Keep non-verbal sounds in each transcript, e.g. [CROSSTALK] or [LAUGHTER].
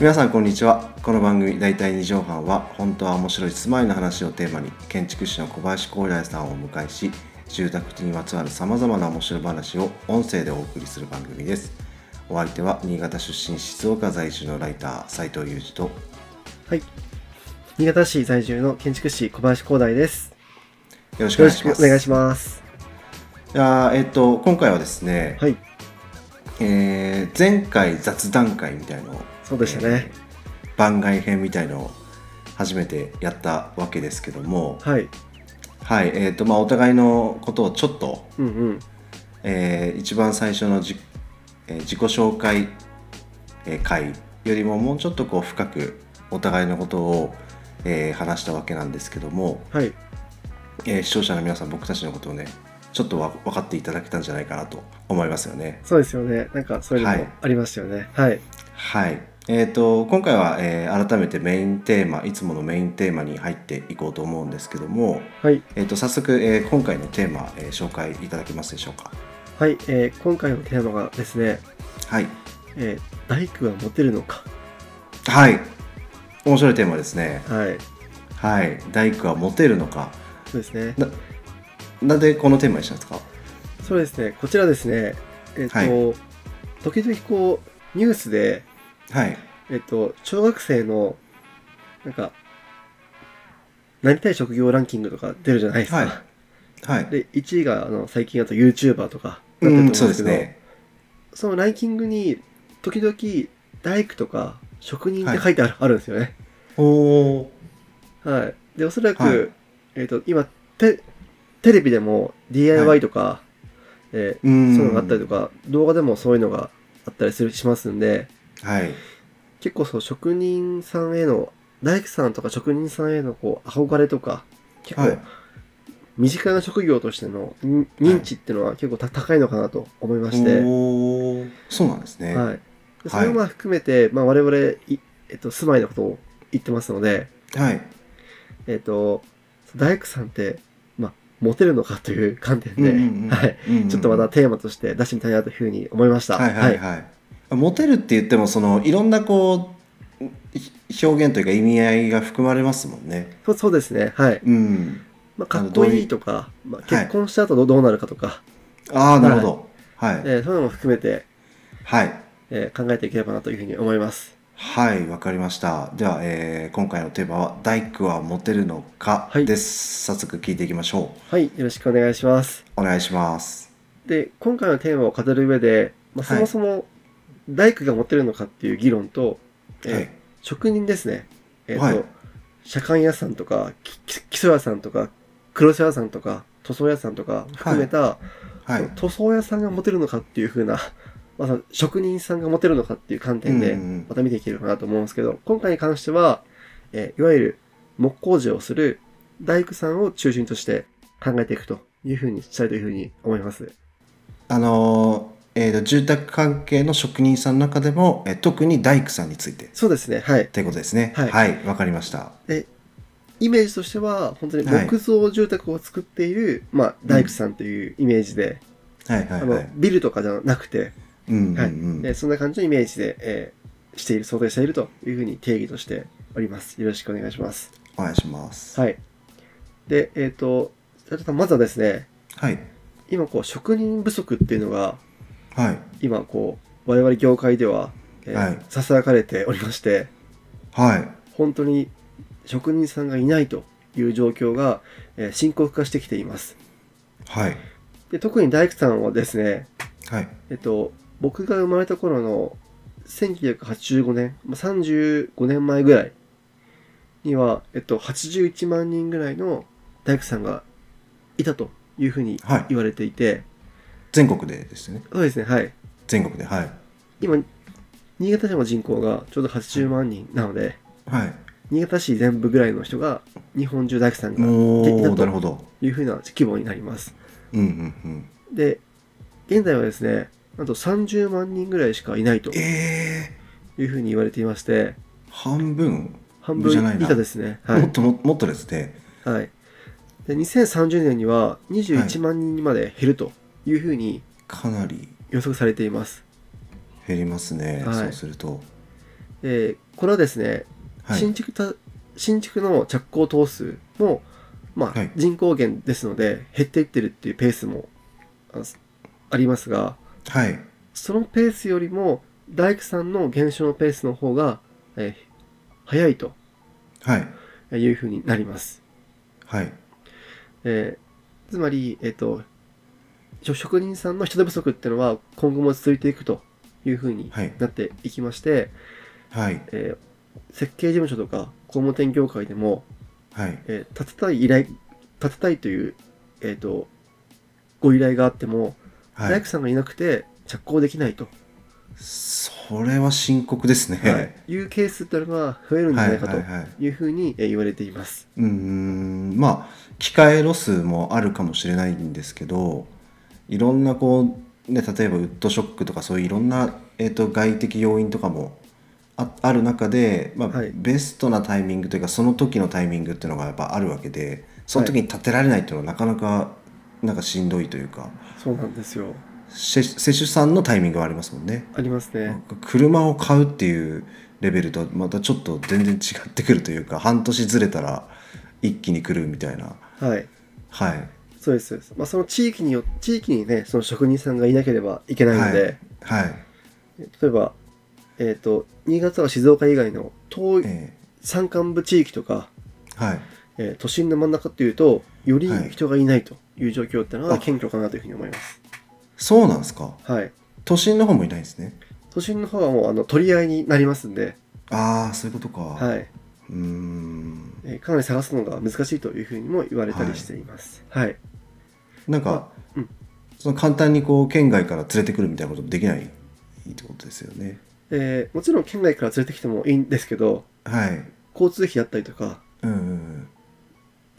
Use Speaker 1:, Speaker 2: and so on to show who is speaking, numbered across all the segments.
Speaker 1: 皆さんこんにちはこの番組「大体二畳半」は本当は面白い住まいの話をテーマに建築士の小林光大さんをお迎えし住宅にまつわるさまざまな面白い話を音声でお送りする番組ですお相手は新潟出身静岡在住のライター斉藤裕二と
Speaker 2: はい。新潟市在住の建築士小林光大です。
Speaker 1: よろしくお願
Speaker 2: よろ
Speaker 1: い
Speaker 2: し
Speaker 1: し
Speaker 2: く
Speaker 1: ま
Speaker 2: お
Speaker 1: す
Speaker 2: 願いします。
Speaker 1: いやーえっと今回はですね、
Speaker 2: はい。
Speaker 1: えー前回雑談会みたいのを
Speaker 2: そうでしたね。
Speaker 1: えー番外編みたいのを初めてやったわけですけども
Speaker 2: はい。
Speaker 1: はい、えーとまあ、お互いのことをちょっと、
Speaker 2: うんうん。
Speaker 1: えー一番最初のじ、えー自己紹介、えー会よりももうちょっとこう深くお互いのことを、えー話したわけなんですけども、
Speaker 2: はい。
Speaker 1: えー視聴者の皆さん僕たちのことをねちょっとわ分かっていただけたんじゃないかなと思いますよね。
Speaker 2: そうですよね。なんかそういうの
Speaker 1: はい
Speaker 2: もありましたよね。はい。
Speaker 1: はい。えー、と今回は、えー改めてメインテーマいつものメインテーマに入っていこうと思うんですけども、
Speaker 2: はい。
Speaker 1: えー、と早速、えー今回のテーマ、えー紹介いただけますでしょうか。
Speaker 2: はい。えー今回のテーマがですね、
Speaker 1: はい、
Speaker 2: えー大工はモテるのか。
Speaker 1: はい、面白いテーマですね。
Speaker 2: はい。
Speaker 1: はい、大工はモテるのか。
Speaker 2: そうですね。
Speaker 1: ななんでこのテーマにしたんですか。
Speaker 2: そうですね。こちらですね。えっ、と、時々こう、ニュースで、
Speaker 1: はい、
Speaker 2: えっ、と、小学生の、なんか、なりたい職業ランキングとか出るじゃないですか。
Speaker 1: はいはい。
Speaker 2: で、1位があの最近だと YouTuber とかなって
Speaker 1: う
Speaker 2: る
Speaker 1: ん、
Speaker 2: と
Speaker 1: そうで
Speaker 2: 思うんです
Speaker 1: す
Speaker 2: けど、
Speaker 1: ね。
Speaker 2: そのランキングに、時々、大工とか職人って書いてある,、あるんですよね。
Speaker 1: おお
Speaker 2: はい。で、おそらく、
Speaker 1: はい
Speaker 2: えっ、と、今、テ、テレビでも DIY とか、え
Speaker 1: ー。う
Speaker 2: ー
Speaker 1: ん。
Speaker 2: そういうのがあったりとか、動画でもそういうのがあったりするしますんで、
Speaker 1: はい。
Speaker 2: 結構そう、職人さんへの、大工さんとか職人さんへのこう憧れとか、結
Speaker 1: はい
Speaker 2: 構。身近な職業としての認認知っていうのは結構た高いのかなと思いまして、
Speaker 1: おお。そうなんですね。
Speaker 2: はい、でそれをまあ含めて、まあ、我々い、えっと、住まいのことを言ってますので、
Speaker 1: はい。
Speaker 2: えっと、大工さんって、まあ、モテるのかという観点で、はい、
Speaker 1: い
Speaker 2: ちょっとまたテーマとして出してみたいなというふうに思いました。
Speaker 1: はいはいはい、モテるって言ってもそのいろんなこうひ表現というか意味合いが含まれますもんね。
Speaker 2: そうそうですね、はい
Speaker 1: うん、
Speaker 2: まあ、かっこいいとか、ま
Speaker 1: は
Speaker 2: あ、
Speaker 1: い
Speaker 2: 結婚した後どどうなるかとか、
Speaker 1: ああなるほど。はい、
Speaker 2: えーそういうのも含めて、
Speaker 1: はい
Speaker 2: えー考えていければなというふうに思います。
Speaker 1: はいわかりました。では、えー今回のテーマは「大工はモテるのか」
Speaker 2: はい
Speaker 1: です、早速聞いていきましょ
Speaker 2: はい、よろしくお願いします。
Speaker 1: う。お願いします。
Speaker 2: で今回のテーマを語る上で、まあ、そ
Speaker 1: はい
Speaker 2: もそも大工が持ってるのかっていう議論と、えー
Speaker 1: はい
Speaker 2: 職人ですね、えーと
Speaker 1: はい
Speaker 2: 車間屋さんとかきき基礎屋さんとか黒瀬屋さんとか塗装屋さんとか含めた、
Speaker 1: はい
Speaker 2: その塗装屋さんが持てるのかっていうふうな、 [LAUGHS] まあ、その職人さんが持てるのかっていう観点で
Speaker 1: うんうん
Speaker 2: また見ていけるかなと思うんですけど今回に関しては、えーいわゆる木工事をする大工さんを中心として考えていくというふうにしたいというふうに思います。
Speaker 1: あのーえーと住宅関係の職人さんの中でも、えー特に大工さんについてっ
Speaker 2: そうですね、はい。
Speaker 1: ていうことですね。
Speaker 2: はい
Speaker 1: はい、わかりました。
Speaker 2: イメージとしては、本当に
Speaker 1: はい
Speaker 2: 木造住宅を作っている、まあ、大工さんというイメージで、
Speaker 1: はいはい
Speaker 2: あ
Speaker 1: は
Speaker 2: の
Speaker 1: い。
Speaker 2: ビルとかじゃなくて、
Speaker 1: うんうん
Speaker 2: はい
Speaker 1: うん
Speaker 2: えーそんな感じのイメージで、えーしている、想定しているというふうに定義としております。よろしくお願いします。
Speaker 1: お願いします。
Speaker 2: はい。で、えっ、と、じゃあまずはですね、
Speaker 1: はい。
Speaker 2: 今、こう、職人不足っていうのが、
Speaker 1: はい。
Speaker 2: 今、こう、我々業界では、え
Speaker 1: はい
Speaker 2: ささやかれておりまして、
Speaker 1: はい。
Speaker 2: 本当に職人さんがいないという状況が、えー深刻化してきています。
Speaker 1: はい。
Speaker 2: で特に大工さんはですね、
Speaker 1: はい。
Speaker 2: えっと、僕が生まれた頃の1985年、まあ35年前ぐらいには、えっと、81万人ぐらいの大工さんがいたというふうに
Speaker 1: はい
Speaker 2: 言われていて、
Speaker 1: 全国でですね。
Speaker 2: そうですね、はい。
Speaker 1: 全国で。はい。
Speaker 2: 今、新潟市の人口がちょうど80万人なので、
Speaker 1: はい。
Speaker 2: 新潟市全部ぐらいの人が日本中大工さんが
Speaker 1: お
Speaker 2: いた
Speaker 1: ー、なる
Speaker 2: と
Speaker 1: ほど。
Speaker 2: いうふうな規模になります。
Speaker 1: うんうんうん。
Speaker 2: で、現在はですね、なんと30万人ぐらいしかいないと。
Speaker 1: え
Speaker 2: いうふうに言われていまして、
Speaker 1: ー、半分
Speaker 2: 半
Speaker 1: じ
Speaker 2: 分
Speaker 1: ゃないな
Speaker 2: 以下ですね。は
Speaker 1: [LAUGHS] もっ
Speaker 2: い。
Speaker 1: とももっとですね。
Speaker 2: はい。で2030年には21万人にまで減るというふうに
Speaker 1: かなり
Speaker 2: 予測されています、
Speaker 1: 減りますね、
Speaker 2: はい
Speaker 1: そうすると
Speaker 2: えーこれはですね、
Speaker 1: はい
Speaker 2: 新築た新築の着工棟数も、まあ
Speaker 1: はい
Speaker 2: 人口減ですので減っていってるっていうペースもあのありますが
Speaker 1: はい
Speaker 2: そのペースよりも大工さんの減少のペースの方が、えー早いと
Speaker 1: はい
Speaker 2: いうふうになります。
Speaker 1: はい
Speaker 2: えーつまり、えっと職職人さんの人手不足っていうのは今後も続いていくというふうに
Speaker 1: はい
Speaker 2: なっていきまして、
Speaker 1: はい
Speaker 2: えー設計事務所とか工務店業界でも、
Speaker 1: はい
Speaker 2: えー立てたい依頼立てたいという、えっとご依頼があっても、
Speaker 1: は
Speaker 2: 大
Speaker 1: い
Speaker 2: 工さんがいなくて着工できないと、
Speaker 1: それは深刻ですね、
Speaker 2: はいいうケースっていうのが増えるんじゃないか
Speaker 1: はいはいはい
Speaker 2: というふうにえー言われています。
Speaker 1: うーんまあ機械ロスもあるかもしれないんですけどいろんなこう、ね、例えばウッドショックとかそういういろんな、えー、と外的要因とかもあある中で、まあ
Speaker 2: はい
Speaker 1: ベストなタイミングというかその時のタイミングっていうのがやっぱあるわけでその時に立てられないっていうのはなかなかなんかしんどいというか
Speaker 2: そうなんですよ。
Speaker 1: せ施主さんのタイミングはありますもんね。
Speaker 2: ありますね。
Speaker 1: 車を買うっていうレベルとはまたちょっと全然違ってくるというか半年ずれたら一気に来るみたいな
Speaker 2: はい。
Speaker 1: はい
Speaker 2: そうですそうです、まあ、その地域によ地域にねその職人さんがいなければいけないので、
Speaker 1: はい
Speaker 2: 例えば、えー、と新潟は静岡以外の遠い
Speaker 1: え
Speaker 2: 山間部地域とか、
Speaker 1: ーはい
Speaker 2: えー都心の真ん中っていうとより
Speaker 1: はい
Speaker 2: 人がいないという状況ってのは
Speaker 1: あ
Speaker 2: 謙虚かなというふうに思います、
Speaker 1: そうなんですか
Speaker 2: はい、
Speaker 1: 都心の方もいないんですね
Speaker 2: 都心の方はもうあの取り合いになりますんで、
Speaker 1: ああそういうことか、、
Speaker 2: はいい
Speaker 1: ーん
Speaker 2: えーかなり探すのが難しいというふうにも言われたりしていますはい、
Speaker 1: なんか、
Speaker 2: うん
Speaker 1: その簡単にこう県外から連れてくるみたいなこともできないってことですよね
Speaker 2: えーもちろん県外から連れてきてもいいんですけど
Speaker 1: はい
Speaker 2: 交通費だったりとか
Speaker 1: うんうんうん、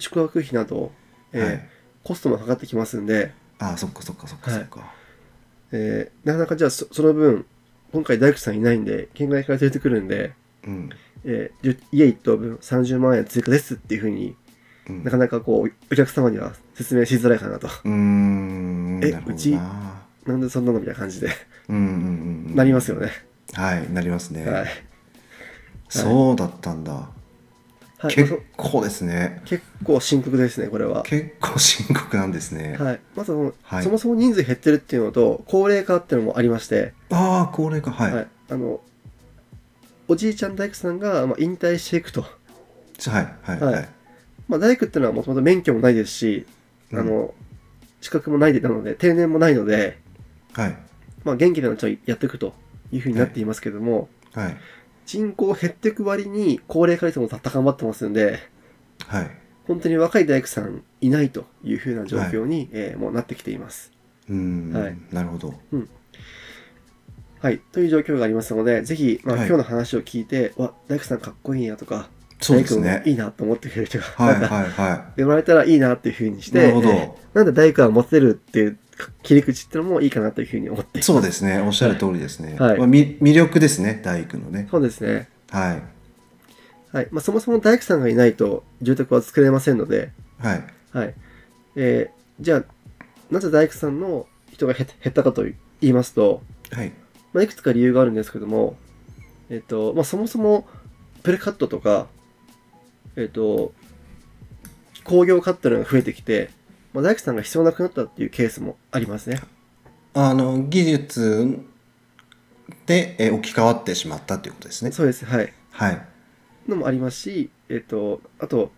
Speaker 2: 宿泊費など、えー
Speaker 1: はい、
Speaker 2: コストもかかってきますんで、
Speaker 1: ああそっかそっかそっかそっか、
Speaker 2: えーなかなかじゃあそその分今回大工さんいないんで県外から連れてくるんで、
Speaker 1: うん
Speaker 2: えーじゅ家1棟分30万円追加ですっていうふうに
Speaker 1: うん
Speaker 2: なかなかこうお客様には説明しづらいかなと
Speaker 1: うーん
Speaker 2: え
Speaker 1: なるほどな
Speaker 2: うちなんでそんなのみたいな感じで
Speaker 1: うんうんうん
Speaker 2: なりますよね、
Speaker 1: はいなりますね、
Speaker 2: はい、
Speaker 1: そうだったんだ、
Speaker 2: はいまあ
Speaker 1: 結
Speaker 2: そ
Speaker 1: 構ですね
Speaker 2: 結構深刻ですねこれは、
Speaker 1: 結構深刻なんですね、
Speaker 2: はい、まずその、
Speaker 1: はい
Speaker 2: そもそも人数減ってるっていうのと高齢化っていうのもありまして、
Speaker 1: ああ高齢化はい、
Speaker 2: はいあのおじいちゃん大工さんが、まあ、引退していくと、
Speaker 1: じゃはいはい
Speaker 2: はい
Speaker 1: はい
Speaker 2: まあ、大工っていうのはもともと免許もないですし、
Speaker 1: うん
Speaker 2: あの資格もないでなので定年もないので、
Speaker 1: はい
Speaker 2: まあ、元気なうちにやっていくというふうになっていますけども、
Speaker 1: はい
Speaker 2: 人口減っていく割に高齢化率も高まってますんで
Speaker 1: はい
Speaker 2: 本当に若い大工さんいないというふうな状況に、えーもうなってきています。
Speaker 1: うーん、
Speaker 2: はい
Speaker 1: なるほど
Speaker 2: はい、という状況がありますのでぜひ、まあ
Speaker 1: はい
Speaker 2: 今日の話を聞いて「わ大工さんかっこいいんや」とか「
Speaker 1: そう
Speaker 2: 大
Speaker 1: で
Speaker 2: 工
Speaker 1: す
Speaker 2: も
Speaker 1: ね
Speaker 2: いいな」と思ってくれる人が、
Speaker 1: はい
Speaker 2: なんか
Speaker 1: はいは
Speaker 2: 生まれたらいいなっていうふうにし
Speaker 1: いな
Speaker 2: て
Speaker 1: るほど、
Speaker 2: えーなんで大工はモテるっていう切り口っていうのもいいかなというふうに思っています
Speaker 1: そうですねおっしゃる通りですね、
Speaker 2: はい
Speaker 1: まあ、み魅力ですね大工のね
Speaker 2: そうですね。
Speaker 1: はい
Speaker 2: はい。まあ、そもそも大工さんがいないと住宅は作れませんので、
Speaker 1: はい
Speaker 2: はい。えーじゃあ、なぜ大工さんの人が減減ったかと言いますと、
Speaker 1: はい
Speaker 2: まあ、いくつか理由があるんですけども、えっ、と、まあ、そもそもプレカットとか、えっ、と、工業カットのが増えてきて、まあ、大工さんが必要なくなったっていうケースもありますね。
Speaker 1: あの技術でえー置き換わってしまったということですね
Speaker 2: そうです。はい。
Speaker 1: はい
Speaker 2: のもありますし、えっ、と、あと、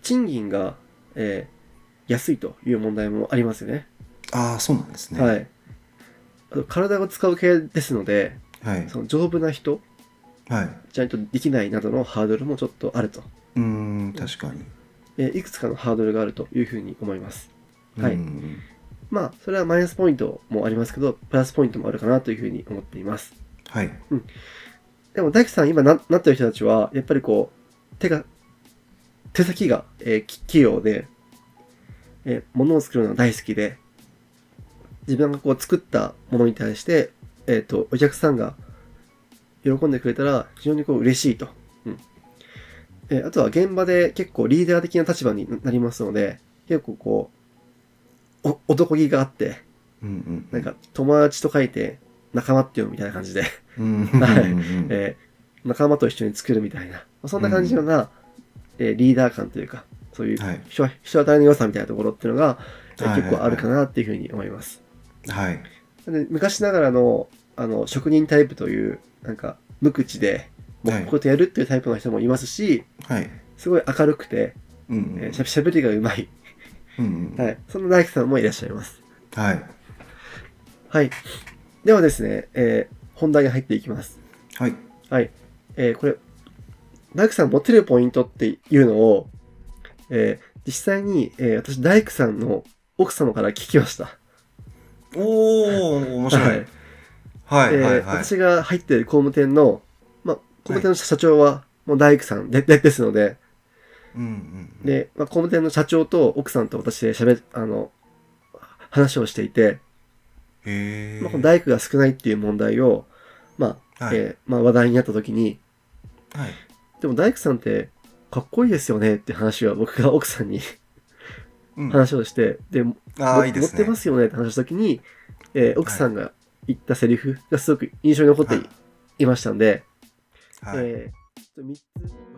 Speaker 2: 賃金が、えー安いという問題もありますよね。
Speaker 1: ああそうなんですね
Speaker 2: はい。あと、体を使う系ですので、
Speaker 1: はい
Speaker 2: その丈夫な人、
Speaker 1: はい
Speaker 2: ちゃんとできないなどのハードルもちょっとあると。
Speaker 1: うーん確かに
Speaker 2: えーいくつかのハードルがあるというふうに思います。は
Speaker 1: う
Speaker 2: い。
Speaker 1: ん
Speaker 2: まあ、それはマイナスポイントもありますけど、プラスポイントもあるかなというふうに思っています。
Speaker 1: はい
Speaker 2: でも、大工さん今ななってる人たちは、やっぱりこう、手が、手先が、えーき器用で、えー物を作るのが大好きで、自分がこう作ったものに対して、えっ、と、お客さんが喜んでくれたら非常にこう嬉しいと。うん。えーあとは現場で結構リーダー的な立場になりますので、結構こう、お男気があって、
Speaker 1: うんう
Speaker 2: なん
Speaker 1: ん
Speaker 2: か友達と書いて仲間って読むみたいな感じで、
Speaker 1: うん
Speaker 2: はい
Speaker 1: うんうん
Speaker 2: えー仲間と一緒に作るみたいな、まあそんな感じのな、えーリーダー感というか、そういう
Speaker 1: はい
Speaker 2: 人,、人当たりの良さみたいなところっていうのが、えー
Speaker 1: はいはいはい
Speaker 2: 結構あるかなっていうふうに思います。
Speaker 1: はい
Speaker 2: で昔ながらのあの職人タイプという、なんか無口で、
Speaker 1: は
Speaker 2: こ
Speaker 1: いう
Speaker 2: いうことやるっていうタイプの人もいますし、
Speaker 1: はい
Speaker 2: すごい明るくて、
Speaker 1: うんう
Speaker 2: え
Speaker 1: ん
Speaker 2: ーしゃしゃべりがうまい。
Speaker 1: うんうん
Speaker 2: はい。そんな大工さんもいらっしゃいます。
Speaker 1: はい
Speaker 2: はい。ではですね、えー本題に入っていきます。
Speaker 1: はい
Speaker 2: はい。えーこれ、大工さん持ってるポイントっていうのを、えー実際に、えー私、大工さんの奥様から聞きました。
Speaker 1: おー面白い
Speaker 2: はい
Speaker 1: はいは
Speaker 2: えー
Speaker 1: いはい
Speaker 2: 私が入っている工務店の、まあ、工務店の社長は、もう大工さんででですので、
Speaker 1: うんうんうん
Speaker 2: で、まあ、工務店の社長と奥さんと私で喋、あの、話をしていて、
Speaker 1: へ
Speaker 2: まあ、この
Speaker 1: ー
Speaker 2: 大工が少ないっていう問題を、まあ、
Speaker 1: はい
Speaker 2: えーまあ、話題になった時に、
Speaker 1: はい
Speaker 2: でも大工さんってかっこいいですよねって話は僕が奥さんに
Speaker 1: うん
Speaker 2: 話をして、で、も
Speaker 1: ああいいです
Speaker 2: 持って
Speaker 1: ね
Speaker 2: ますよねって話した時に、えー奥さんが言ったセリフがすごく印象に残ってい,、
Speaker 1: はい
Speaker 2: ましたんで、
Speaker 1: はい
Speaker 2: えーちょっと3つ。